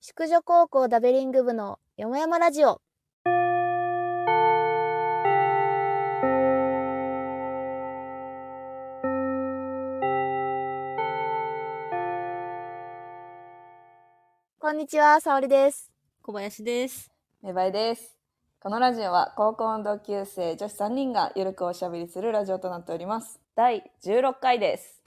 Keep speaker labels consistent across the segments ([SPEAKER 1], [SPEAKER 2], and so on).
[SPEAKER 1] 宿女高校ダベリング部のよもやまラジオ。こんにちは、沙織です。
[SPEAKER 2] 小林です。
[SPEAKER 3] 芽生えです。このラジオは高校の同級生女子3人がゆるくおしゃべりするラジオとなっております。第16回です。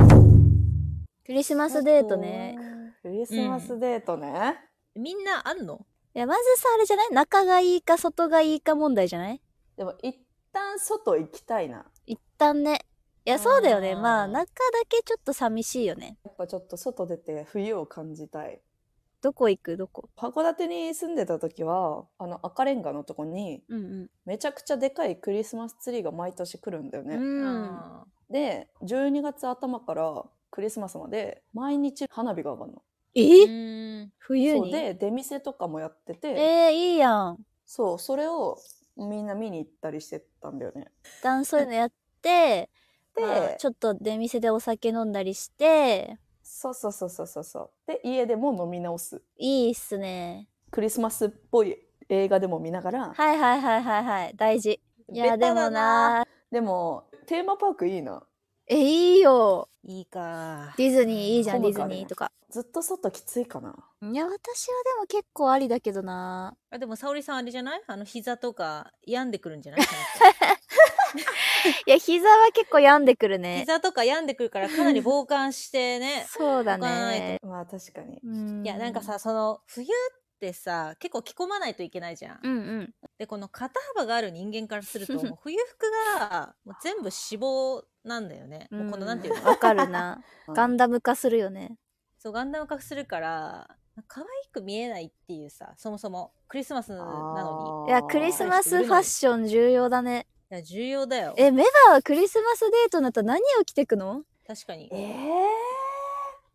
[SPEAKER 1] クリスマスデートね。
[SPEAKER 3] クリスマスデートね。
[SPEAKER 2] みんなあんの
[SPEAKER 1] いや、まずさ、あれじゃない仲がいいか外がいいか問題じゃない
[SPEAKER 3] でも一旦外行きたいな。
[SPEAKER 1] 一旦ね。いや、そうだよね。
[SPEAKER 2] あー
[SPEAKER 1] まあ、中だけちょっと寂しいよね。
[SPEAKER 3] やっぱちょっと外出て冬を感じたい。
[SPEAKER 1] どこ行くどこ
[SPEAKER 3] 函館に住んでた時は、あの赤レンガのとこに
[SPEAKER 1] うんうん。
[SPEAKER 3] めちゃくちゃでかいクリスマスツリーが毎年来るんだよね。
[SPEAKER 1] うん。
[SPEAKER 2] あ
[SPEAKER 3] で、12月頭からクリスマスまで毎日花火が上がるの。
[SPEAKER 2] ー
[SPEAKER 1] え
[SPEAKER 2] うーん
[SPEAKER 1] 冬
[SPEAKER 3] そう
[SPEAKER 1] にえ
[SPEAKER 3] で、出店とかもやってて。
[SPEAKER 1] ー、いいやん。
[SPEAKER 3] そう、それをみんな見に行ったりしてたんだよね。
[SPEAKER 1] 一旦そういうのやって、
[SPEAKER 3] で、
[SPEAKER 1] まあちょっと出店でお酒飲んだりして、
[SPEAKER 3] そうそうそうそうそうそう。で、家でも飲み直す。
[SPEAKER 1] いいっすね。
[SPEAKER 3] クリスマスっぽい映画でも見ながら。
[SPEAKER 1] はいはいはいはいはい。大事。いや、
[SPEAKER 3] ベタ
[SPEAKER 1] で
[SPEAKER 3] だ
[SPEAKER 1] もな
[SPEAKER 3] でも、テーマパークいいな。
[SPEAKER 1] え、いいよ。
[SPEAKER 2] いいか
[SPEAKER 1] ディズニーいいじゃん、ディ
[SPEAKER 3] 混む
[SPEAKER 1] ズ
[SPEAKER 3] からね
[SPEAKER 1] ニーとか。
[SPEAKER 3] ずっと外きついかな。
[SPEAKER 1] いや、私はでも結構ありだけどな
[SPEAKER 2] あでも沙織さんあれじゃないあの膝とか病んでくるんじ ゃない
[SPEAKER 1] いや、膝は結構病んでくるね。
[SPEAKER 2] 膝とか病んでくるからかなり防寒してね
[SPEAKER 1] そうだ
[SPEAKER 2] 動かない
[SPEAKER 1] ね。
[SPEAKER 3] まあ確かに。
[SPEAKER 1] うん
[SPEAKER 2] いやなんか、さその冬ってさ結構着込まないといけないじゃん、
[SPEAKER 1] うんうん。
[SPEAKER 2] でこの肩幅がある人間からす るともう冬服がもう全部脂肪なんだよね、もうこのなんていうの
[SPEAKER 1] わかるな。ガンダム化するよね。
[SPEAKER 2] そうガンダム化するから可愛く見えないっていうさそもそもクリスマスなのに
[SPEAKER 3] あー
[SPEAKER 1] いや、クリスマスファッション重要だね。
[SPEAKER 2] いや重要だよ
[SPEAKER 1] え、メバはクリスマスデートになったら何を着てくの
[SPEAKER 2] 確かに
[SPEAKER 3] えー、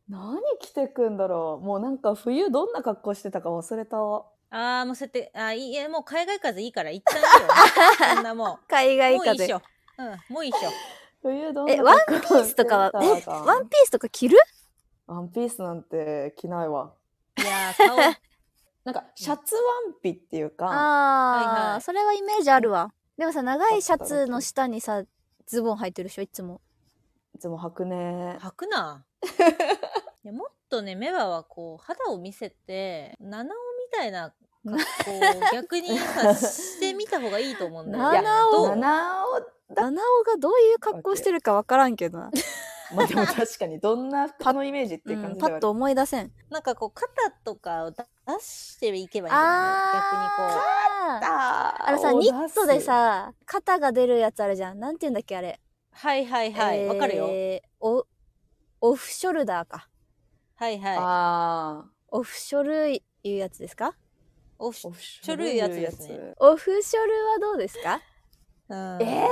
[SPEAKER 3] 何着てくんだろう。もうなんか冬どんな格好してたか忘れたわ。
[SPEAKER 2] ああ、もうそうやって、あーいいえ、もう海外風いいから、一旦い いよ。そんなも
[SPEAKER 1] 海
[SPEAKER 2] う。
[SPEAKER 1] 外
[SPEAKER 2] もういいっ
[SPEAKER 1] 風
[SPEAKER 2] し。ょ。うん、もういいっしょ。
[SPEAKER 3] 冬どん
[SPEAKER 1] え、
[SPEAKER 3] な
[SPEAKER 1] ワン
[SPEAKER 3] 格
[SPEAKER 1] ピ
[SPEAKER 3] 好
[SPEAKER 1] ース
[SPEAKER 3] して
[SPEAKER 1] と
[SPEAKER 3] た
[SPEAKER 1] かは、え、
[SPEAKER 3] か
[SPEAKER 1] ワンピースとか着る
[SPEAKER 3] ワンピースなんて着ないわ。
[SPEAKER 2] いやー、顔、
[SPEAKER 3] なんかシャツワンピっていうか、
[SPEAKER 1] ああ、
[SPEAKER 2] はいはい
[SPEAKER 1] それはイメージあるわ。でもさ、長いシャツの下にさ、ズボン履いてるでしょ、いつも。
[SPEAKER 3] いつも履くね。
[SPEAKER 2] 吐 くな。いやもっとね、メバはこう、肌を見せて、七尾みたいな格好 を逆にさ、してみた方がいいと思うんだよ。
[SPEAKER 1] 七尾
[SPEAKER 2] いやどう
[SPEAKER 3] 七尾、
[SPEAKER 1] 七尾がどういう格好してるかわからんけどな。
[SPEAKER 3] まあ でも確かにどんな服のイメージっ
[SPEAKER 1] う
[SPEAKER 3] ていう感
[SPEAKER 1] ん、
[SPEAKER 3] じ
[SPEAKER 1] パ
[SPEAKER 3] で
[SPEAKER 1] ッ
[SPEAKER 3] はある
[SPEAKER 1] と思い出せん。
[SPEAKER 2] なんかこう、肩とかを出していけばいいんだよね。逆にこう。
[SPEAKER 1] あー
[SPEAKER 3] あー
[SPEAKER 1] あのさ、
[SPEAKER 3] お
[SPEAKER 1] ニットで
[SPEAKER 3] 出
[SPEAKER 1] さ、肩が出るやつあるじゃん。なんて言うんだっけ、あれ。
[SPEAKER 2] はいはいはい。わ、かるよ。
[SPEAKER 1] えーお、オフショルダーか。
[SPEAKER 2] はい
[SPEAKER 3] す、
[SPEAKER 2] はい。
[SPEAKER 3] あ
[SPEAKER 1] オフショルいうやつですか
[SPEAKER 2] オフ
[SPEAKER 3] ーオ
[SPEAKER 2] う
[SPEAKER 3] フシ
[SPEAKER 2] ちょるいやつですね
[SPEAKER 1] オフショルはどうですか
[SPEAKER 2] ん
[SPEAKER 3] え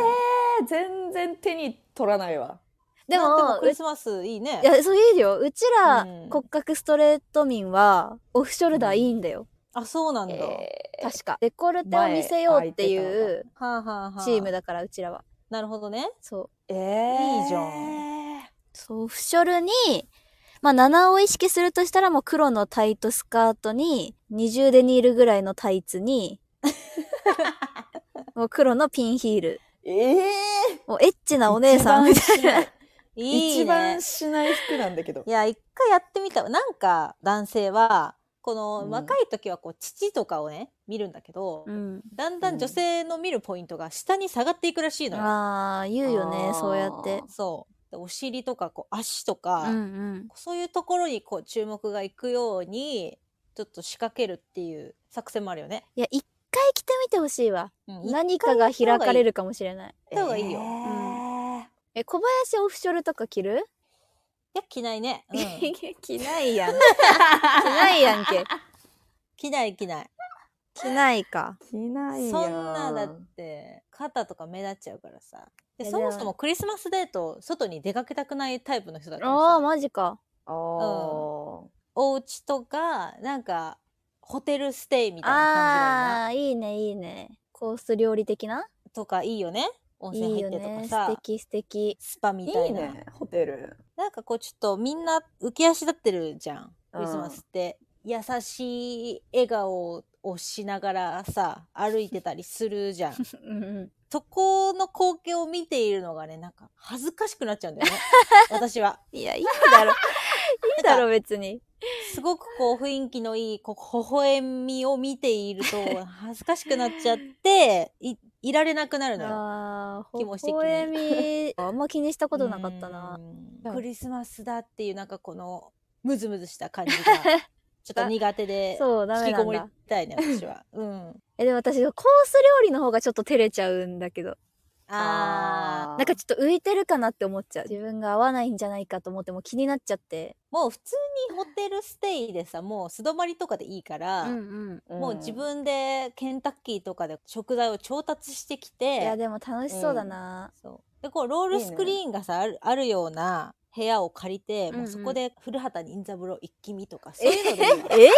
[SPEAKER 3] ー、全然手に取らないわ
[SPEAKER 1] でも、
[SPEAKER 2] まあクリスマスいいね
[SPEAKER 1] い。や、そういいよ。うちら
[SPEAKER 3] うん
[SPEAKER 1] 骨格ストレート民は、オフショルダーいいんだよ。
[SPEAKER 2] あ、そうなんだ。
[SPEAKER 3] え
[SPEAKER 1] 確か。デコルテを見せようっていう
[SPEAKER 2] はあ、はあはあ、
[SPEAKER 1] チームだから、うちらは。
[SPEAKER 2] なるほどね。
[SPEAKER 1] そう。
[SPEAKER 3] ー、え
[SPEAKER 2] いいじゃ
[SPEAKER 3] ん
[SPEAKER 1] そう、オフショルに、まあ、7を意識するとしたら、もう黒のタイトスカートに、二重でニールぐらいのタイツ に、もう黒のピンヒール。
[SPEAKER 3] えー、
[SPEAKER 1] もうエッチなお姉さんみたい な。
[SPEAKER 2] いい
[SPEAKER 3] 一
[SPEAKER 2] ね
[SPEAKER 3] 番。しない服なんだけど
[SPEAKER 2] いや、一回やってみた。なんか、男性は、こ
[SPEAKER 3] う
[SPEAKER 2] の
[SPEAKER 3] ん
[SPEAKER 2] 若い時はこう、父とかをね、見るんだけど、
[SPEAKER 1] うん。
[SPEAKER 2] だんだん女性の見るポイントが下に下がっていくらしいのよ。
[SPEAKER 1] ああ、言うよね
[SPEAKER 3] あ、ー
[SPEAKER 1] そうやって。
[SPEAKER 2] そう。でお尻とか、こう、足とか、
[SPEAKER 1] うんうん。
[SPEAKER 2] そういうところにこう、注目がいくように、ちょっと仕掛けるっていう作戦もあるよね。
[SPEAKER 1] いや、一回着てみてほしいわ。
[SPEAKER 2] うん
[SPEAKER 1] 何かが開かれるかもしれない。
[SPEAKER 2] 行った方がいいよ。
[SPEAKER 3] え
[SPEAKER 2] い
[SPEAKER 3] ー
[SPEAKER 1] え、小林オフショルとか着る、
[SPEAKER 2] や、着ないね。うん
[SPEAKER 1] 着ないやん。着ないやんけ。
[SPEAKER 2] 着ない着ない。
[SPEAKER 1] 着ないか。
[SPEAKER 3] 着ないや
[SPEAKER 2] そんなだって肩とか目立っちゃうからさで
[SPEAKER 1] いや
[SPEAKER 2] そも
[SPEAKER 1] で
[SPEAKER 2] そ
[SPEAKER 1] も
[SPEAKER 2] もクリスマスデート外に出かけたくないタイプの人だから
[SPEAKER 1] ああ、
[SPEAKER 2] さ
[SPEAKER 1] マジか。
[SPEAKER 3] あー、
[SPEAKER 2] お家とかなんかホテルステイみたいな感じがいい
[SPEAKER 1] ああー、いいね、いいね。コース料理的な
[SPEAKER 2] なとかいいよね温
[SPEAKER 1] い
[SPEAKER 2] 泉
[SPEAKER 1] い
[SPEAKER 2] 入
[SPEAKER 1] よ
[SPEAKER 2] ってるとか
[SPEAKER 1] ね。
[SPEAKER 2] さ
[SPEAKER 1] 素敵素敵。
[SPEAKER 2] スパみた
[SPEAKER 3] いい
[SPEAKER 2] いな
[SPEAKER 3] ねホテル
[SPEAKER 2] なんかこうちょっとみんな浮き足立ってるじゃんクリスマスって、優しい笑顔をしながらさ歩いてたりするじゃん
[SPEAKER 1] うんうん
[SPEAKER 2] そこの光景を見ているのがねなんか恥ずかしくなっちゃうん だよね私はい
[SPEAKER 1] や、いいだろ。いいだろ、別に。
[SPEAKER 2] すごくこう雰囲気のいいこう微笑みを見ていると恥ずかしくなっちゃっていいられなくなるのよ
[SPEAKER 1] ああ、微
[SPEAKER 2] 気もして
[SPEAKER 1] 笑み、あんま気にしたことなかったな。
[SPEAKER 2] うんクリスマスだっていうなんかこのムズムズした感じ がちょっと苦手で
[SPEAKER 1] そう、ダ
[SPEAKER 2] 引
[SPEAKER 1] メ
[SPEAKER 2] き
[SPEAKER 1] な
[SPEAKER 2] こ
[SPEAKER 1] ん
[SPEAKER 2] もり
[SPEAKER 1] だ。
[SPEAKER 2] た いね私は。うん
[SPEAKER 1] え、でも私、コース料理の方がちょっと照れちゃうんだけど。
[SPEAKER 2] あー
[SPEAKER 1] なんかちょっと浮いてるかなって思っちゃう。自分が合わないんじゃないかと思っても気になっちゃって。
[SPEAKER 2] もう普通にホテルステイでさもう素泊まりとかでいいから、
[SPEAKER 1] ん
[SPEAKER 3] うん
[SPEAKER 2] もう自分でケンタッキーとかで食材を調達してきて
[SPEAKER 1] いや、でも楽しそうだな。
[SPEAKER 2] そうでこうロールスクリーンがさあるあるような部屋を借りて、もうそ
[SPEAKER 1] んう
[SPEAKER 2] こ
[SPEAKER 1] ん
[SPEAKER 2] で古畑任三郎一気見とかそ
[SPEAKER 1] え
[SPEAKER 2] ういうのでい いわ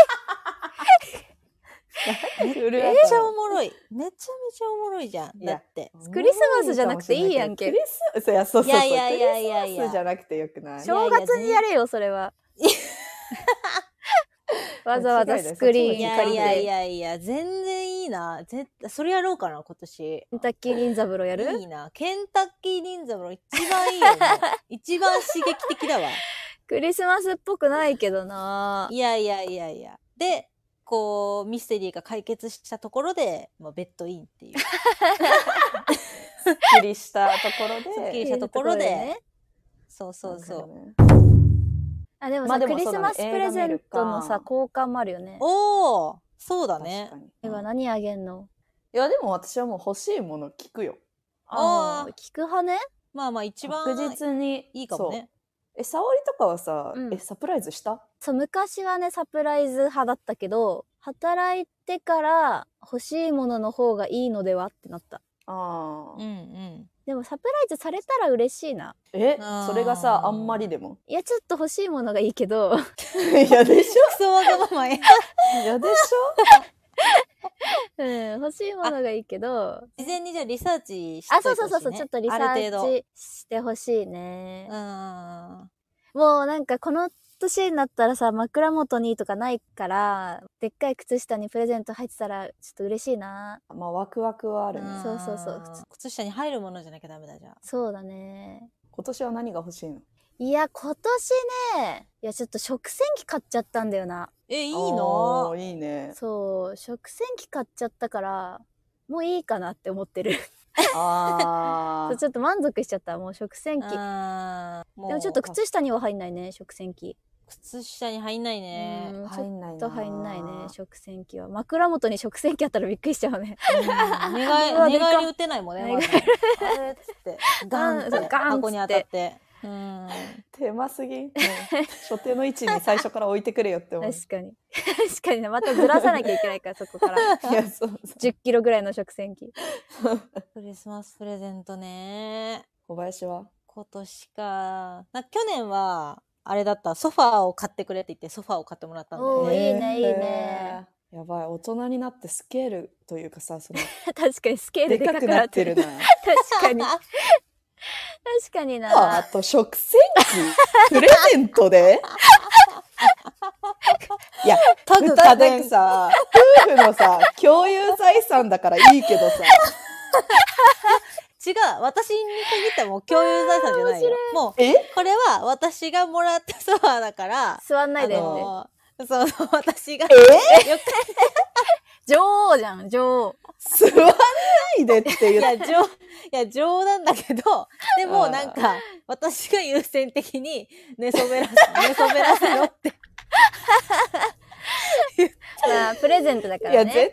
[SPEAKER 1] え
[SPEAKER 2] めっ
[SPEAKER 3] め
[SPEAKER 2] ちゃおもろいめちゃめちゃおもろいじゃん
[SPEAKER 3] いや
[SPEAKER 2] だって
[SPEAKER 1] クリスマスじゃなくていいやんけ
[SPEAKER 3] クリスマスいやそうそうそう
[SPEAKER 2] いやいやいやいやい
[SPEAKER 3] クリスマスじゃ
[SPEAKER 2] や
[SPEAKER 3] なくてよくない
[SPEAKER 2] ょ
[SPEAKER 1] 正月にやれよ、それは。わざわざスクリ
[SPEAKER 2] い
[SPEAKER 1] ーン
[SPEAKER 2] や
[SPEAKER 1] 借
[SPEAKER 2] い
[SPEAKER 1] り
[SPEAKER 2] やい
[SPEAKER 1] て。
[SPEAKER 2] やいや全然いいな絶対それやろうかな今年
[SPEAKER 1] ケンタッキー銀三郎やる
[SPEAKER 2] いいなケンタッキー忍者の一番いい よね一番刺激的だわ
[SPEAKER 1] クリスマスっぽくないけどない
[SPEAKER 2] やいやいやいやでこうミステリーが解決したところで、まあ、ベッドインっ ていう
[SPEAKER 3] すっきりしたところ
[SPEAKER 2] すっき
[SPEAKER 3] で
[SPEAKER 2] りしたところで
[SPEAKER 1] いいね
[SPEAKER 2] そうそうそう
[SPEAKER 3] う
[SPEAKER 1] あ、でもさ、
[SPEAKER 3] まあでも
[SPEAKER 1] クリ
[SPEAKER 3] そう
[SPEAKER 1] ス
[SPEAKER 3] だね
[SPEAKER 1] マスプレゼントのさ
[SPEAKER 3] 映画見るか、
[SPEAKER 1] 交換もあるよね。
[SPEAKER 2] おおそうだ
[SPEAKER 3] だね
[SPEAKER 2] ね
[SPEAKER 3] 確かに
[SPEAKER 1] では
[SPEAKER 3] うん
[SPEAKER 1] 何あげんの
[SPEAKER 3] いやでも私はもう欲しいもの聞くよ
[SPEAKER 2] あー
[SPEAKER 1] の聞く派ね
[SPEAKER 2] まあまあ一番
[SPEAKER 3] 確実に
[SPEAKER 2] いいかもね
[SPEAKER 3] そうえ沙織とかはさ、
[SPEAKER 1] うん
[SPEAKER 3] えサプライズした
[SPEAKER 1] そう、昔はね、サプライズ派だったけど、働いてから欲しいものの方がいいのではってなった。
[SPEAKER 3] あ
[SPEAKER 2] うんうん
[SPEAKER 1] でもサプライズされたら嬉しいな。
[SPEAKER 3] え
[SPEAKER 2] あー
[SPEAKER 3] それがさあんまりでも
[SPEAKER 1] いや、ちょっと欲しいものがいいけど、
[SPEAKER 3] いやでしょ
[SPEAKER 2] クソわがままや
[SPEAKER 3] いやでし
[SPEAKER 1] うん、欲しいものがいいけど、
[SPEAKER 2] 事前にじゃあリサーチして
[SPEAKER 1] あ、そうそうそうそう、ちょっとリサ
[SPEAKER 2] ある
[SPEAKER 1] ー
[SPEAKER 2] 程度
[SPEAKER 1] チしてほしいね
[SPEAKER 2] う。ん
[SPEAKER 1] もうなんかこの年になったらさ、枕元にとかないから、でっかい靴下にプレゼント入ってたら、ちょっと嬉しいな。
[SPEAKER 3] ょ まあワクワクはあるね、
[SPEAKER 1] んそうそうそうん
[SPEAKER 2] 靴下に入るものじゃなきゃダメだじゃん
[SPEAKER 1] そうだね。
[SPEAKER 3] 今年は何が欲しいの
[SPEAKER 1] いや、今年ね、いや、ちょっと食洗機買っちゃったんだよな。
[SPEAKER 2] えいい
[SPEAKER 3] い
[SPEAKER 2] の
[SPEAKER 3] いいね
[SPEAKER 1] そう、食洗機買っちゃったから、もういいかなって思ってる。
[SPEAKER 3] あ
[SPEAKER 1] そう ちょっと満足しちゃった、もう食洗機。で
[SPEAKER 2] あーもう
[SPEAKER 1] もちょっと靴下には入んないね、食洗機。
[SPEAKER 2] 靴下に入んないね
[SPEAKER 1] う
[SPEAKER 3] あ
[SPEAKER 1] んち
[SPEAKER 3] 入
[SPEAKER 1] ょっ
[SPEAKER 3] んないな
[SPEAKER 1] と入んないね、食洗機は。枕元に食洗機あったらびっくりしちゃうね。
[SPEAKER 2] うん 寝返
[SPEAKER 1] うわ
[SPEAKER 2] 寝
[SPEAKER 1] でかっ
[SPEAKER 2] 返り打てないもんね。
[SPEAKER 1] 寝
[SPEAKER 2] まずねあれっ つってガン
[SPEAKER 1] ガ
[SPEAKER 2] っ
[SPEAKER 1] ンガ
[SPEAKER 2] て
[SPEAKER 1] ンっつって
[SPEAKER 2] 箱に当たって。うん。
[SPEAKER 3] 手間 すぎもう所定の位置に最初から置いてくれよって思う
[SPEAKER 1] 確かに。 確かにね、またずらさなきゃいけないから、そこ から。
[SPEAKER 3] いやそうそう
[SPEAKER 1] 10キロぐらいの食洗機。
[SPEAKER 2] クリスマスプレゼントね。
[SPEAKER 3] 小林は
[SPEAKER 2] 今年か。な去年はあれだったソファーを買ってくれって言ってソファーを買ってもらったんだよ
[SPEAKER 1] おー
[SPEAKER 2] ね。
[SPEAKER 1] いいねいいね
[SPEAKER 3] やばい大人になってスケールというかさその
[SPEAKER 1] 確かにスケール
[SPEAKER 3] で
[SPEAKER 1] でか
[SPEAKER 3] か
[SPEAKER 1] く
[SPEAKER 3] く
[SPEAKER 1] な
[SPEAKER 3] な
[SPEAKER 1] っ
[SPEAKER 3] ってて
[SPEAKER 1] る
[SPEAKER 3] る
[SPEAKER 1] な。
[SPEAKER 3] な
[SPEAKER 1] 確かに。確かに
[SPEAKER 3] あ
[SPEAKER 1] な。
[SPEAKER 3] と食洗機プレゼント でいや
[SPEAKER 2] 家
[SPEAKER 3] 家
[SPEAKER 2] 具
[SPEAKER 3] 具
[SPEAKER 2] 家
[SPEAKER 3] 家
[SPEAKER 2] 電
[SPEAKER 3] 電さ夫婦のさ共有財産だからいいけどさ
[SPEAKER 2] 違う私に限ってはもう共有財産じゃないよ。も
[SPEAKER 3] え
[SPEAKER 2] うこれは私がもらったソファーだから。
[SPEAKER 1] 座んないでって。
[SPEAKER 2] あのそうそう私が
[SPEAKER 3] え
[SPEAKER 2] よく
[SPEAKER 1] 女王じゃん、女 王。
[SPEAKER 3] 座んないでって
[SPEAKER 2] い
[SPEAKER 3] 言っ
[SPEAKER 2] や、冗、いや、冗談だけど、でもなんか、私が優先的に寝そべらせ、寝そべ らせろって。
[SPEAKER 1] まあ、プレゼントだか
[SPEAKER 3] て、い
[SPEAKER 1] ら
[SPEAKER 3] や絶対
[SPEAKER 1] ね。
[SPEAKER 3] 旦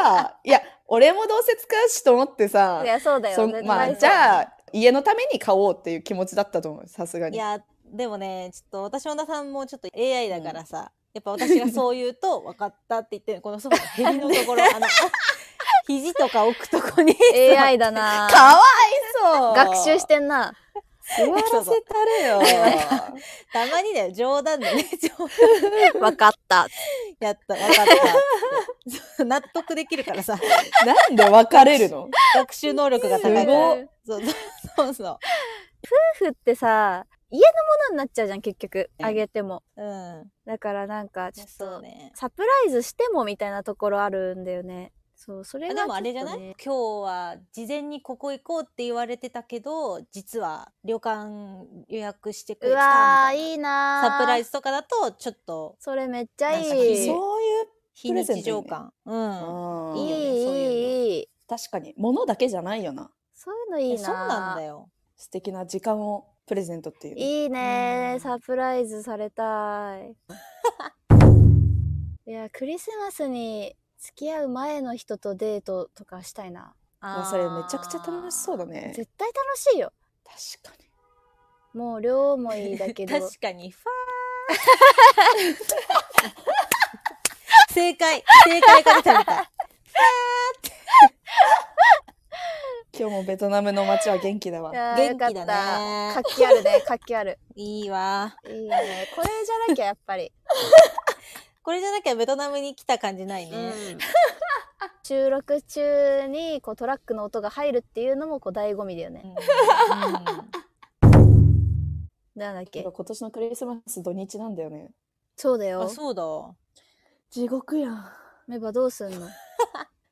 [SPEAKER 3] 那さんも さいや俺もどうせ使うしと思ってさ
[SPEAKER 1] いや、そうだ
[SPEAKER 3] そ
[SPEAKER 1] よ。
[SPEAKER 3] ん
[SPEAKER 1] 絶
[SPEAKER 3] ま
[SPEAKER 1] 対
[SPEAKER 3] あ
[SPEAKER 1] そう
[SPEAKER 3] じゃあ家のために買おうっていう気持ちだったと思うさすが
[SPEAKER 2] い
[SPEAKER 3] に
[SPEAKER 2] や、でもね、ちょっと私も田さんもちょっと AI だからさ、やっぱ私がそう言うと、分かったって言って、このソファのへりのところ、 あの、肘とか置くとこに、
[SPEAKER 1] AI だな。
[SPEAKER 3] かわいそう
[SPEAKER 1] 学習してんな。
[SPEAKER 3] 座らせたれよ
[SPEAKER 2] たまにだよ、冗談でね、 冗談
[SPEAKER 1] わかった。
[SPEAKER 2] やった、分かったって そう。納得できるから さ、
[SPEAKER 3] なんで別れるの
[SPEAKER 2] 学習能力が高いから。
[SPEAKER 1] す
[SPEAKER 2] そうそうそうそう。
[SPEAKER 1] 夫婦ってさ、家のものになっちゃうじゃん、結局。
[SPEAKER 2] うん
[SPEAKER 1] あげても。
[SPEAKER 2] うん。
[SPEAKER 1] だからなんか、ちょっ
[SPEAKER 2] そう
[SPEAKER 1] と、
[SPEAKER 2] ね。
[SPEAKER 1] サプライズしてもみたいなところあるんだよね。そう、それ
[SPEAKER 2] あ
[SPEAKER 1] がちょ
[SPEAKER 2] で
[SPEAKER 1] っとね、
[SPEAKER 2] もあれじゃない、今日は事前にここ行こうって言われてたけど実は旅館予約してくれ
[SPEAKER 1] う
[SPEAKER 2] て
[SPEAKER 1] わ
[SPEAKER 2] た
[SPEAKER 1] ー、
[SPEAKER 2] みたいない
[SPEAKER 1] いなー。
[SPEAKER 2] サプライズとかだとちょっと
[SPEAKER 1] それめっちゃ
[SPEAKER 2] なんか
[SPEAKER 1] いい。
[SPEAKER 3] そういう
[SPEAKER 2] 非日常感うん
[SPEAKER 3] あー
[SPEAKER 1] いい、
[SPEAKER 2] よねそういう
[SPEAKER 1] いい、いい。
[SPEAKER 3] 確かに物だけじゃないよな
[SPEAKER 1] そういうのいい
[SPEAKER 2] え
[SPEAKER 1] な。
[SPEAKER 2] そうなんだ
[SPEAKER 1] よ。
[SPEAKER 2] よ
[SPEAKER 3] 素敵な時間をプレゼントっていう
[SPEAKER 1] いいねー。
[SPEAKER 2] うん
[SPEAKER 1] サプライズされた い。いや、クリスマスに付き合う前の人とデートとかしたいな。
[SPEAKER 2] あ
[SPEAKER 3] あ
[SPEAKER 2] ー
[SPEAKER 3] それめちゃくちゃ楽しそうだね
[SPEAKER 1] 絶対楽しいよ。
[SPEAKER 3] 確かに
[SPEAKER 1] もう両思いだけど。
[SPEAKER 2] 確かにフ ァー正解正解が出たみたい
[SPEAKER 3] 今日もベトナムの街は元気だわ
[SPEAKER 1] いやー
[SPEAKER 2] 元気だね
[SPEAKER 1] よかった活気あるね、 活気ある。
[SPEAKER 2] いいわ
[SPEAKER 1] いいね。これじゃなきゃやっぱり。
[SPEAKER 2] これじゃなきゃベトナムに来た感じないね、
[SPEAKER 1] 収録中にこうトラックの音が入るっていうのもこう醍醐味だよ
[SPEAKER 2] う
[SPEAKER 1] ね。
[SPEAKER 2] ん
[SPEAKER 1] なんだっけ
[SPEAKER 3] 今年のクリスマス土日なんだよね
[SPEAKER 1] そうだ
[SPEAKER 2] うんあ
[SPEAKER 1] よ。
[SPEAKER 2] そうだ
[SPEAKER 3] 地獄やん
[SPEAKER 1] メバどうすんの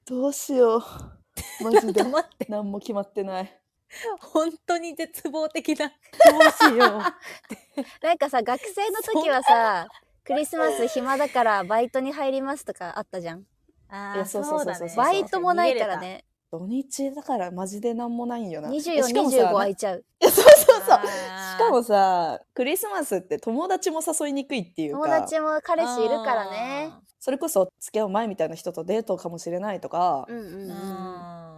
[SPEAKER 3] どうしようマジ
[SPEAKER 2] ちょ
[SPEAKER 3] で
[SPEAKER 2] っと待って
[SPEAKER 3] 何も決まってない
[SPEAKER 2] 本当に絶望的な
[SPEAKER 3] どうしよ
[SPEAKER 1] なんかさ、学生の時はさ、クリスマス暇だからバイトに入りますとかあったじゃん。
[SPEAKER 2] あ
[SPEAKER 3] いやそうそうそうそうそう
[SPEAKER 1] バイトもないから。ね。
[SPEAKER 3] う 土日だからマジで何もないんよな
[SPEAKER 1] 24、
[SPEAKER 3] しかもさ
[SPEAKER 1] 25空いちゃう。
[SPEAKER 3] いやそうそうそう
[SPEAKER 2] 逃げれた
[SPEAKER 3] しか、もさクリスマスって友達も誘いにくいっていう
[SPEAKER 1] 友
[SPEAKER 3] か
[SPEAKER 1] 達も彼氏いるからね。
[SPEAKER 3] それこそ付き合う前みたいな人とデートかもしれないとか、
[SPEAKER 1] う
[SPEAKER 3] っ
[SPEAKER 1] んうん
[SPEAKER 2] あー。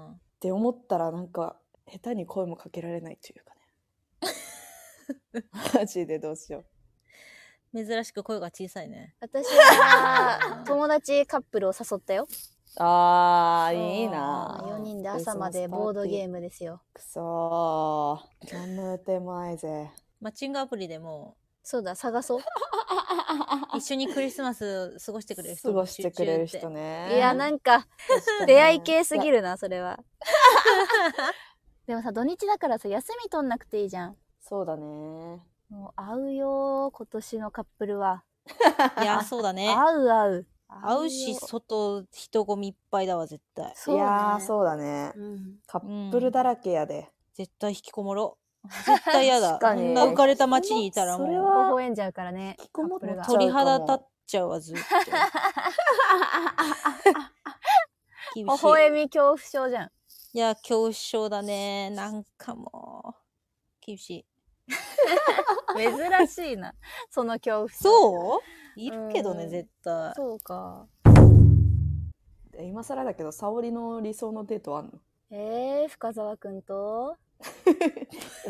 [SPEAKER 1] うん。
[SPEAKER 2] あ
[SPEAKER 3] て思ったらなんか下手に声もかけられないという かねマジでどうしよ
[SPEAKER 2] ー珍しく声が小さいね。
[SPEAKER 1] 私は友達カップルを誘ったよ。
[SPEAKER 3] うあ
[SPEAKER 2] そう
[SPEAKER 3] ーいい
[SPEAKER 2] あ
[SPEAKER 3] な
[SPEAKER 2] ー
[SPEAKER 1] 4人で朝までボードゲームですよ。
[SPEAKER 3] くそー何も予定もない ぜ
[SPEAKER 2] マッチングアプリでも
[SPEAKER 1] そうだ、探そう。
[SPEAKER 2] 一緒にクリスマス過ごしてくれる人
[SPEAKER 3] 過ごしてくれる人
[SPEAKER 2] ね。
[SPEAKER 3] ね
[SPEAKER 1] いや、なんか、
[SPEAKER 3] 確かにね
[SPEAKER 1] 出会い系すぎるな、それは。でもさ、土日だからさ、休み取んなくていいじゃん。
[SPEAKER 3] そうだね
[SPEAKER 1] もう、会うよー、今年のカップルは。
[SPEAKER 2] いや、そうだね。
[SPEAKER 1] 会う会う。
[SPEAKER 2] 会うし、外、人混みいっぱいだわ、絶対。
[SPEAKER 1] そ
[SPEAKER 3] いう
[SPEAKER 1] ね
[SPEAKER 3] やーそうだね
[SPEAKER 1] うん
[SPEAKER 3] カップルだらけやで、
[SPEAKER 2] 絶対引きこもろ。絶対嫌だ。
[SPEAKER 3] 確か
[SPEAKER 2] こ
[SPEAKER 3] に
[SPEAKER 2] んな浮かれた街にいたら
[SPEAKER 3] それ
[SPEAKER 2] も
[SPEAKER 3] は
[SPEAKER 2] う、
[SPEAKER 1] 微笑んじゃうからね。
[SPEAKER 3] 引きこもっ
[SPEAKER 1] カップルが
[SPEAKER 3] ちゃう
[SPEAKER 2] 鳥肌立っちゃうわ、ずっと。 厳
[SPEAKER 1] 微
[SPEAKER 2] しい。
[SPEAKER 1] 笑み恐怖症じゃん。
[SPEAKER 2] いや、恐怖症だね。なんかもう、厳しい。
[SPEAKER 1] 珍しいな。その恐怖症。
[SPEAKER 2] そういるけど
[SPEAKER 1] う
[SPEAKER 2] ね、
[SPEAKER 1] ん
[SPEAKER 2] 絶対。
[SPEAKER 1] そうか。
[SPEAKER 3] 今更だけど沙織の理想のデートあんの
[SPEAKER 1] えー、深澤くんと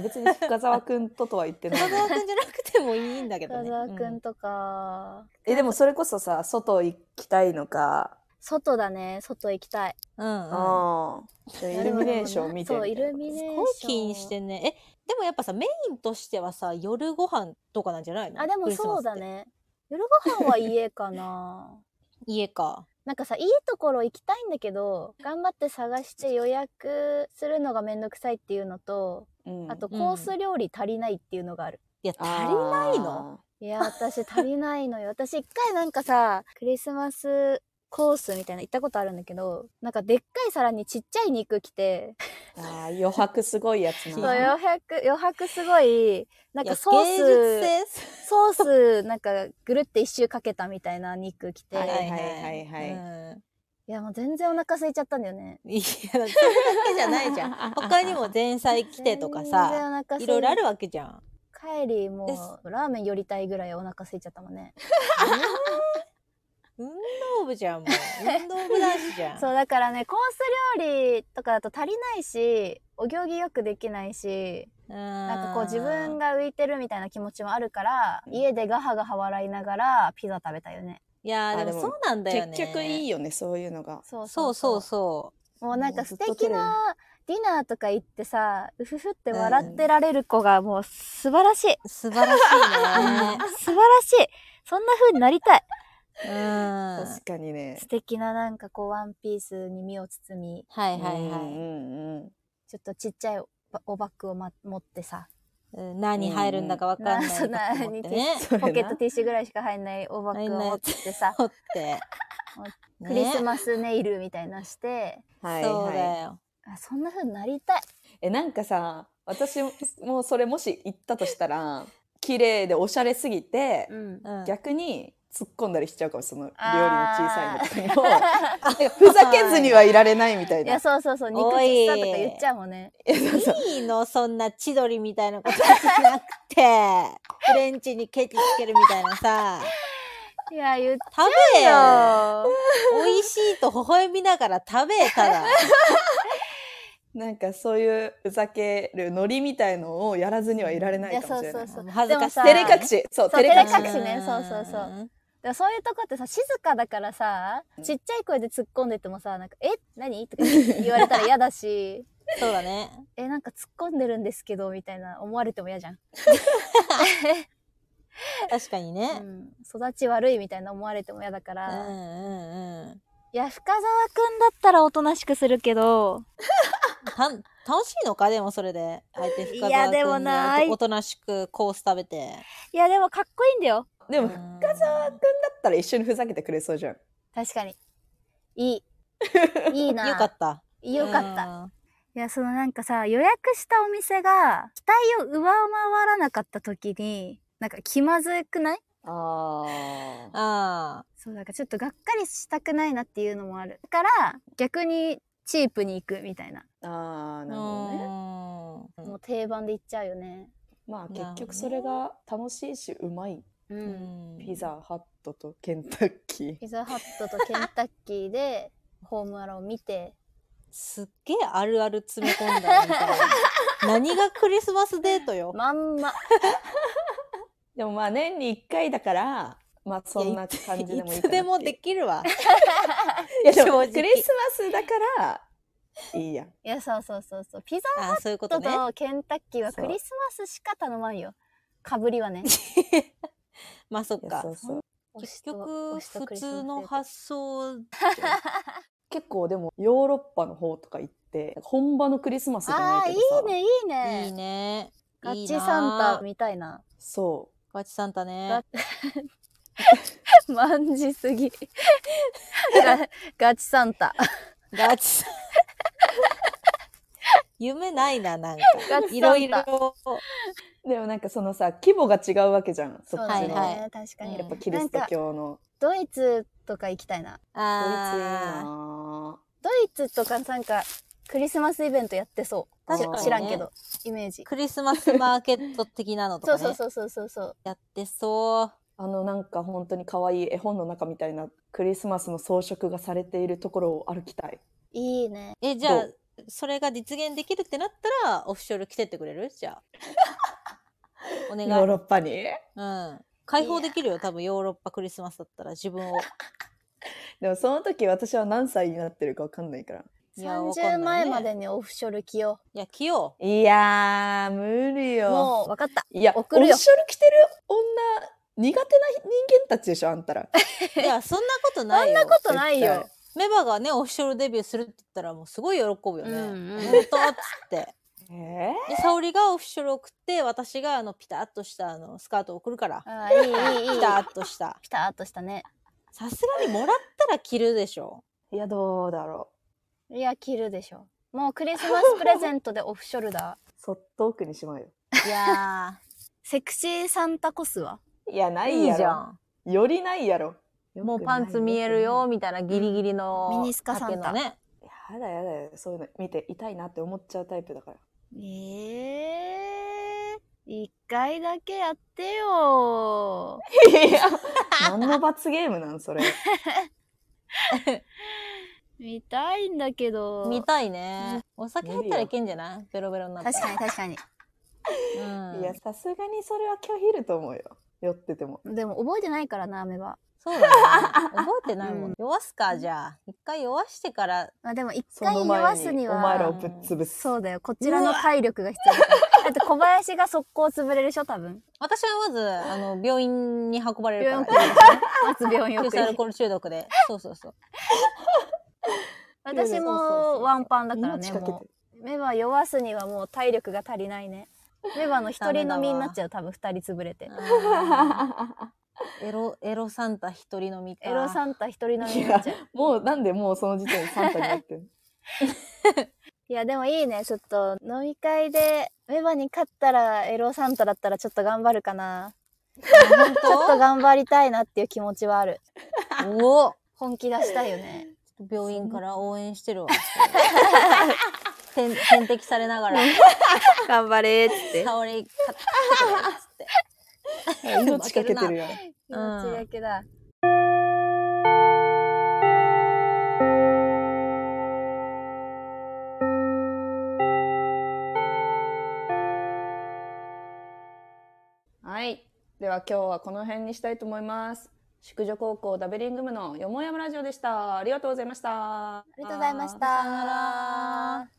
[SPEAKER 3] 別に深澤くんととは言ってない
[SPEAKER 2] 深 澤くんじゃなくてもいいんだけど
[SPEAKER 1] 深
[SPEAKER 2] ね。
[SPEAKER 1] 澤く
[SPEAKER 2] うん
[SPEAKER 1] んとか、
[SPEAKER 3] えでもそれこそさ外行きたいのか、
[SPEAKER 1] 外だね。外行きたい。
[SPEAKER 2] うんうん。
[SPEAKER 3] ああイルミネーション見て
[SPEAKER 1] そう、イ
[SPEAKER 3] みたいな
[SPEAKER 1] ルミネーシ
[SPEAKER 2] す
[SPEAKER 1] ョン。
[SPEAKER 2] ごい気にしてんね。え、でもやっぱさ、メインとしてはさ、夜ご飯とかなんじゃないの
[SPEAKER 1] あ、でも
[SPEAKER 2] クリスマス
[SPEAKER 1] そ
[SPEAKER 2] っ
[SPEAKER 1] う
[SPEAKER 2] て
[SPEAKER 1] だね。夜ご飯は家かな。
[SPEAKER 2] 家か。
[SPEAKER 1] なんかさ、いいところ行きたいんだけど、頑張って探して予約するのがめんどくさいっていうのと、
[SPEAKER 3] うん
[SPEAKER 1] あと
[SPEAKER 2] うん
[SPEAKER 1] コース料理足りないっていうのがある。
[SPEAKER 2] いや、足り
[SPEAKER 3] あー
[SPEAKER 2] ないの
[SPEAKER 1] いや、私足りない のよ。私一回なんかさ、クリスマスコースみたいな行ったことあるんだけど、なんかでっかい皿にちっちゃい肉来て、
[SPEAKER 3] あー余白すごいやつ
[SPEAKER 2] う
[SPEAKER 1] そ
[SPEAKER 2] ん
[SPEAKER 1] う
[SPEAKER 3] な
[SPEAKER 1] 余白、余白すごい、なん
[SPEAKER 2] いや
[SPEAKER 1] かソース、
[SPEAKER 2] 芸術性
[SPEAKER 1] ソースなんかぐるって一周かけたみたいな肉来て、、
[SPEAKER 3] はいいはいはい
[SPEAKER 2] うん
[SPEAKER 1] やもう全然お腹空いちゃったんだよね。
[SPEAKER 2] いや、それだけじゃないじゃん。他にも前菜来てとか
[SPEAKER 1] 全
[SPEAKER 2] さ、
[SPEAKER 1] 然お腹空
[SPEAKER 2] いろいろあるわけじゃん。
[SPEAKER 1] 帰りもうラーメン寄りたいぐらいお腹空いちゃったもんね。
[SPEAKER 2] 運動部じゃん、もう。運動部男子じゃん。
[SPEAKER 1] そうだからねコース料理とかだと足りないしお行儀よくできないし
[SPEAKER 2] な
[SPEAKER 1] なんかこう自分が浮いてるみたいな気持ちもあるから家でガハガハ笑いながらピザ食べたよね。
[SPEAKER 2] いや
[SPEAKER 3] あ
[SPEAKER 2] ーで
[SPEAKER 3] で
[SPEAKER 2] も
[SPEAKER 3] も
[SPEAKER 2] そうなんだよね。
[SPEAKER 3] 結局いいよねそういうのが
[SPEAKER 1] そう
[SPEAKER 2] そうそうそう。
[SPEAKER 1] もうなんか素敵
[SPEAKER 3] も
[SPEAKER 1] なディナーとか行ってさうふふって笑ってられる子がもう素晴らしい、
[SPEAKER 2] 素晴らしいね。
[SPEAKER 1] 素晴らしいそんな風になりたい
[SPEAKER 2] うん。は
[SPEAKER 3] 確かにね
[SPEAKER 1] 素敵ななんかこうワンピースに身を包み
[SPEAKER 2] いはい
[SPEAKER 3] うんう
[SPEAKER 2] は
[SPEAKER 3] んうん
[SPEAKER 1] ちょっとちっちゃいおバおバッグを、ま、持ってさ
[SPEAKER 2] い。うん何入るんだかわかんないと
[SPEAKER 1] そんな
[SPEAKER 2] か思
[SPEAKER 1] に
[SPEAKER 2] って
[SPEAKER 1] ティ
[SPEAKER 2] ね
[SPEAKER 1] ッシ
[SPEAKER 3] そ
[SPEAKER 1] ュ
[SPEAKER 3] うやな
[SPEAKER 1] ポケットティッシュぐらいしか入んないオバくんを持ってさ、
[SPEAKER 2] 掘って
[SPEAKER 1] クリス
[SPEAKER 2] ね
[SPEAKER 1] マスネイルみたいなして、
[SPEAKER 3] はい
[SPEAKER 2] そう
[SPEAKER 3] は
[SPEAKER 2] だよ
[SPEAKER 1] あそんな風になりたい。
[SPEAKER 3] い。え、なんかさ、私もそれもし行ったとしたら、綺麗でおしゃれすぎて、
[SPEAKER 1] ん
[SPEAKER 2] うん
[SPEAKER 3] 逆に突っ込んだりしちゃうかも、その料
[SPEAKER 1] あー
[SPEAKER 3] 理の小さいのと かにも。ふざけずにはいられないみたい
[SPEAKER 1] い
[SPEAKER 3] な。
[SPEAKER 1] や、そうそうそう、肉
[SPEAKER 2] おい
[SPEAKER 1] 質さとか言っちゃうもんね。
[SPEAKER 3] えそうそう
[SPEAKER 2] いいのそんな千鳥みたいなことしなくてフレンチにケチつけるみたいなさ
[SPEAKER 1] いや、言っ
[SPEAKER 2] 食
[SPEAKER 1] ち
[SPEAKER 2] べ よ
[SPEAKER 1] ゃうよ。
[SPEAKER 2] 美味しいと微笑みながら食べたら
[SPEAKER 3] なんかそういうふざけるノリみたいのをやらずにはいられないい
[SPEAKER 1] や、
[SPEAKER 3] かも
[SPEAKER 1] そ
[SPEAKER 3] し
[SPEAKER 1] う
[SPEAKER 3] れ
[SPEAKER 1] そ
[SPEAKER 3] な
[SPEAKER 1] うそ
[SPEAKER 3] い。
[SPEAKER 1] う。
[SPEAKER 2] 恥ずかしい
[SPEAKER 1] で
[SPEAKER 3] 照
[SPEAKER 1] もさ
[SPEAKER 3] れ隠し、そ
[SPEAKER 1] そ
[SPEAKER 3] う、
[SPEAKER 1] う
[SPEAKER 3] 照れ隠し
[SPEAKER 1] 照れ隠
[SPEAKER 3] が
[SPEAKER 1] し。ねそうそうそうんだからそういうとこってさ、静かだからさ、ちっちゃい声で突っ込んでてもさ、なんか、え何とか言われたら嫌だし、
[SPEAKER 2] そうだね
[SPEAKER 1] え、なんか突っ込んでるんですけど、みたいな思われても嫌じゃ ん。
[SPEAKER 2] 確かに
[SPEAKER 1] う
[SPEAKER 2] ね、
[SPEAKER 1] ん、育ち悪いみたいな思われても嫌だか
[SPEAKER 2] うん、う
[SPEAKER 1] ら、い
[SPEAKER 2] んうん
[SPEAKER 1] や深澤くんだったらおとなしくするけど
[SPEAKER 2] た楽しいのかでもそれで相手深
[SPEAKER 1] い
[SPEAKER 2] 澤
[SPEAKER 1] や
[SPEAKER 2] 君
[SPEAKER 1] でもな
[SPEAKER 2] におとなしくコース食べて
[SPEAKER 1] いやでもかっこいいんだよ
[SPEAKER 3] でも、
[SPEAKER 2] うん
[SPEAKER 3] 深澤君だったら一緒にふざけてくれそうじゃん。
[SPEAKER 1] 確かにいいいいな
[SPEAKER 2] よかった
[SPEAKER 1] よかった
[SPEAKER 2] うん
[SPEAKER 1] いやそのなんかさ予約したお店が期待を上回らなかった時になんか気まずくない
[SPEAKER 3] ああ。
[SPEAKER 2] あ
[SPEAKER 1] そうなんかちょっとがっかりしたくないなっていうのもあるだから逆にチープに行くみたいな
[SPEAKER 3] ああ、
[SPEAKER 2] あ
[SPEAKER 3] なるほどね。
[SPEAKER 2] うん
[SPEAKER 1] もう定番で行っちゃうよね
[SPEAKER 3] まあ
[SPEAKER 2] なるほどね
[SPEAKER 3] 結局それが楽しいし、うまい。
[SPEAKER 1] う
[SPEAKER 2] うんん
[SPEAKER 3] ピザハットとケンタッキー。
[SPEAKER 1] ピザハットとケンタッキーで ホームアローン見て
[SPEAKER 2] すっげえあるある詰め込んだみたいな何がクリスマスデート よ、
[SPEAKER 1] まんま
[SPEAKER 3] でもまあ年に1回だから、まあそんな感じでもいい
[SPEAKER 2] い
[SPEAKER 3] か
[SPEAKER 2] つ
[SPEAKER 3] なってい
[SPEAKER 2] でも
[SPEAKER 3] う
[SPEAKER 2] できるわ
[SPEAKER 3] いやで
[SPEAKER 2] 正
[SPEAKER 3] も
[SPEAKER 2] 直
[SPEAKER 3] クリスマスだから、いいや。
[SPEAKER 1] いや、そうそうそうそう。ピザ
[SPEAKER 2] あそういうこ
[SPEAKER 1] ハッ
[SPEAKER 2] とね
[SPEAKER 1] トとケンタッキーは
[SPEAKER 3] そ
[SPEAKER 1] ク
[SPEAKER 3] う
[SPEAKER 1] リスマスしか頼まんよ。かぶりはね。
[SPEAKER 2] まあそっ
[SPEAKER 3] いや
[SPEAKER 2] か
[SPEAKER 3] そうそう
[SPEAKER 2] 結局普通の
[SPEAKER 1] ハ
[SPEAKER 2] 発想
[SPEAKER 3] 結構でもヨーロッパの方とか行って、本場のクリスマスじゃ
[SPEAKER 1] あ
[SPEAKER 3] な
[SPEAKER 1] あ、
[SPEAKER 3] い
[SPEAKER 1] い
[SPEAKER 3] け
[SPEAKER 1] い
[SPEAKER 3] どさ。
[SPEAKER 1] ね、いいね。
[SPEAKER 2] いいね
[SPEAKER 1] ガ
[SPEAKER 2] い
[SPEAKER 1] ッ
[SPEAKER 2] い
[SPEAKER 1] チ
[SPEAKER 2] な
[SPEAKER 1] サンタみたいな。
[SPEAKER 3] そ
[SPEAKER 2] ガチサンタね
[SPEAKER 1] ガまんじす ぎ。ガガチサンタ。
[SPEAKER 2] ガチさん夢ないな、なんか
[SPEAKER 1] ガチさん。だ
[SPEAKER 2] いろいろ。
[SPEAKER 3] う。でもなんかそのさ、規模が違うわけじゃん。そ
[SPEAKER 1] そう
[SPEAKER 3] っ
[SPEAKER 1] だ
[SPEAKER 3] ち
[SPEAKER 1] ね、
[SPEAKER 3] の。
[SPEAKER 2] はいはい
[SPEAKER 1] 確かに。
[SPEAKER 2] うん
[SPEAKER 3] やっぱキリスト
[SPEAKER 1] なんか
[SPEAKER 3] 教の。
[SPEAKER 1] ドイツとか行きたいな。
[SPEAKER 3] ドイツいい
[SPEAKER 2] あ
[SPEAKER 3] な
[SPEAKER 1] ドイツとかなんか、クリスマスイベントやってそう。
[SPEAKER 3] 確かにね
[SPEAKER 1] 知らんけど、イメージ
[SPEAKER 2] ー。クリスマスマーケット的なのと
[SPEAKER 1] そ
[SPEAKER 2] か、
[SPEAKER 1] う
[SPEAKER 2] ね、
[SPEAKER 1] そうそうそうそうそう。
[SPEAKER 2] やってそう。
[SPEAKER 3] あのなんか本当に可愛い絵本の中みたいなクリスマスの装飾がされているところを歩きたい。
[SPEAKER 1] いいね。
[SPEAKER 2] え、じゃ
[SPEAKER 3] ど
[SPEAKER 2] あ、それが実現できるってなったら、オフショル来てってくれるじゃあ。お願
[SPEAKER 3] ヨ
[SPEAKER 2] い。
[SPEAKER 3] ーロッパに
[SPEAKER 2] うん。解放できるよ、多分ヨーロッパクリスマスだったら、自分を。
[SPEAKER 3] でもその時私は何歳になってるかわかんないから。
[SPEAKER 2] いやわか
[SPEAKER 1] 30
[SPEAKER 2] んない
[SPEAKER 1] 前
[SPEAKER 2] ね
[SPEAKER 1] までにオフショル着よ
[SPEAKER 2] いや、着よ
[SPEAKER 3] いやー、無理
[SPEAKER 1] う。
[SPEAKER 3] よ。
[SPEAKER 1] もう、わかった。
[SPEAKER 3] いや、
[SPEAKER 1] 送るよ
[SPEAKER 3] オフショル着てる女、苦手な人間たちでしょ、あんたら。
[SPEAKER 2] う。いや、そんなことないよ。
[SPEAKER 1] そんなことないよ。
[SPEAKER 2] メバがね、オフショルデビューするって言ったら、もうすごい喜ぶよね。
[SPEAKER 1] うんうん
[SPEAKER 2] 本当っつって。
[SPEAKER 3] えー、
[SPEAKER 2] で、沙織がオフショル送って、私があの、ピタッとしたあの、スカートを送るから。
[SPEAKER 1] あーいいいいいい
[SPEAKER 2] ピタッとした。
[SPEAKER 1] ピターっとしたね
[SPEAKER 2] さすがにもらったら着るでしょ。
[SPEAKER 3] いや、どうだろ
[SPEAKER 1] いや着るでしょもうクリスマスプレゼントでオフショルダー
[SPEAKER 3] う。そっと奥にしまうよ。
[SPEAKER 2] いや
[SPEAKER 1] セクシーサンタコスはい
[SPEAKER 3] や、な
[SPEAKER 2] ー、
[SPEAKER 3] いや ろ。
[SPEAKER 2] いいじゃん。
[SPEAKER 3] よりないやろ。
[SPEAKER 2] もうパンツ見えるよ、。みたいなギリギリの。
[SPEAKER 1] ミニスカサンタ
[SPEAKER 2] 丈のね。
[SPEAKER 3] やだやだよ、そういうの見て痛いなって思っちゃうタイプだから。
[SPEAKER 1] ええ一回だけやってよ
[SPEAKER 3] いや、何の罰ゲームなん、それ。
[SPEAKER 1] 見たいんだけど
[SPEAKER 2] 見たいね。お酒入ったらいけんじゃないベロベロになった
[SPEAKER 1] 確
[SPEAKER 2] ら。
[SPEAKER 1] かに確かに
[SPEAKER 2] うん、
[SPEAKER 3] いや、さすがにそれは拒否ると思うよ。酔ってても。
[SPEAKER 1] でも覚えてないからなメバ
[SPEAKER 2] そうだね。覚えてない
[SPEAKER 1] う
[SPEAKER 2] も
[SPEAKER 1] ん
[SPEAKER 2] ん。酔わすか、じゃあ。一回酔わしてから。
[SPEAKER 1] まあでも一
[SPEAKER 3] そ
[SPEAKER 1] 回
[SPEAKER 3] の
[SPEAKER 1] 酔
[SPEAKER 3] 前
[SPEAKER 1] わす
[SPEAKER 3] に
[SPEAKER 1] に
[SPEAKER 3] お前らを
[SPEAKER 1] は
[SPEAKER 3] ぶっ潰す。
[SPEAKER 1] そうだよこちらの体力が必要だからだって小林が速攻潰れるでしょ多分
[SPEAKER 2] 私はまず、あの、病院に運ばれ
[SPEAKER 1] 病院
[SPEAKER 2] る
[SPEAKER 1] 送
[SPEAKER 2] から、
[SPEAKER 1] りまず病院
[SPEAKER 2] 急
[SPEAKER 1] 送
[SPEAKER 2] 性アル
[SPEAKER 1] り
[SPEAKER 2] コール中毒で。そうそうそう。
[SPEAKER 1] 私
[SPEAKER 3] そうそうそうそ
[SPEAKER 1] も
[SPEAKER 3] う
[SPEAKER 1] ワンパンだからね
[SPEAKER 3] 命かけて
[SPEAKER 1] もう目は酔わすにはもう体力が足りないねメバの一人飲みになっちゃう、多分二人潰れて。
[SPEAKER 2] あーエロ、エロサンタ一人飲みか。
[SPEAKER 1] エロサンタ一人飲み
[SPEAKER 3] い
[SPEAKER 1] にな
[SPEAKER 3] や
[SPEAKER 1] っちゃう。いや、
[SPEAKER 3] もうなんでもうその時点でサンタになってる
[SPEAKER 1] でもいいね。ちょっと飲み会でメバに勝ったらエロサンタだったらちょっと頑張るかな。
[SPEAKER 2] 本
[SPEAKER 1] ちょっと
[SPEAKER 2] 当
[SPEAKER 1] 頑張りたいなっていう気持ちはある。おお本気出したいよね。
[SPEAKER 2] 病院から応援してるわ。 点点滴されながら、
[SPEAKER 1] 頑張れー って。
[SPEAKER 2] 倒れ、かっつって。
[SPEAKER 3] 命かけてるよね
[SPEAKER 1] 命がけだ。
[SPEAKER 3] はいでは今日はこの辺にしたいと思います宿女高校ダベリング部のよもやまラジオでしたありがとうございましたあ
[SPEAKER 1] ありがとうございました。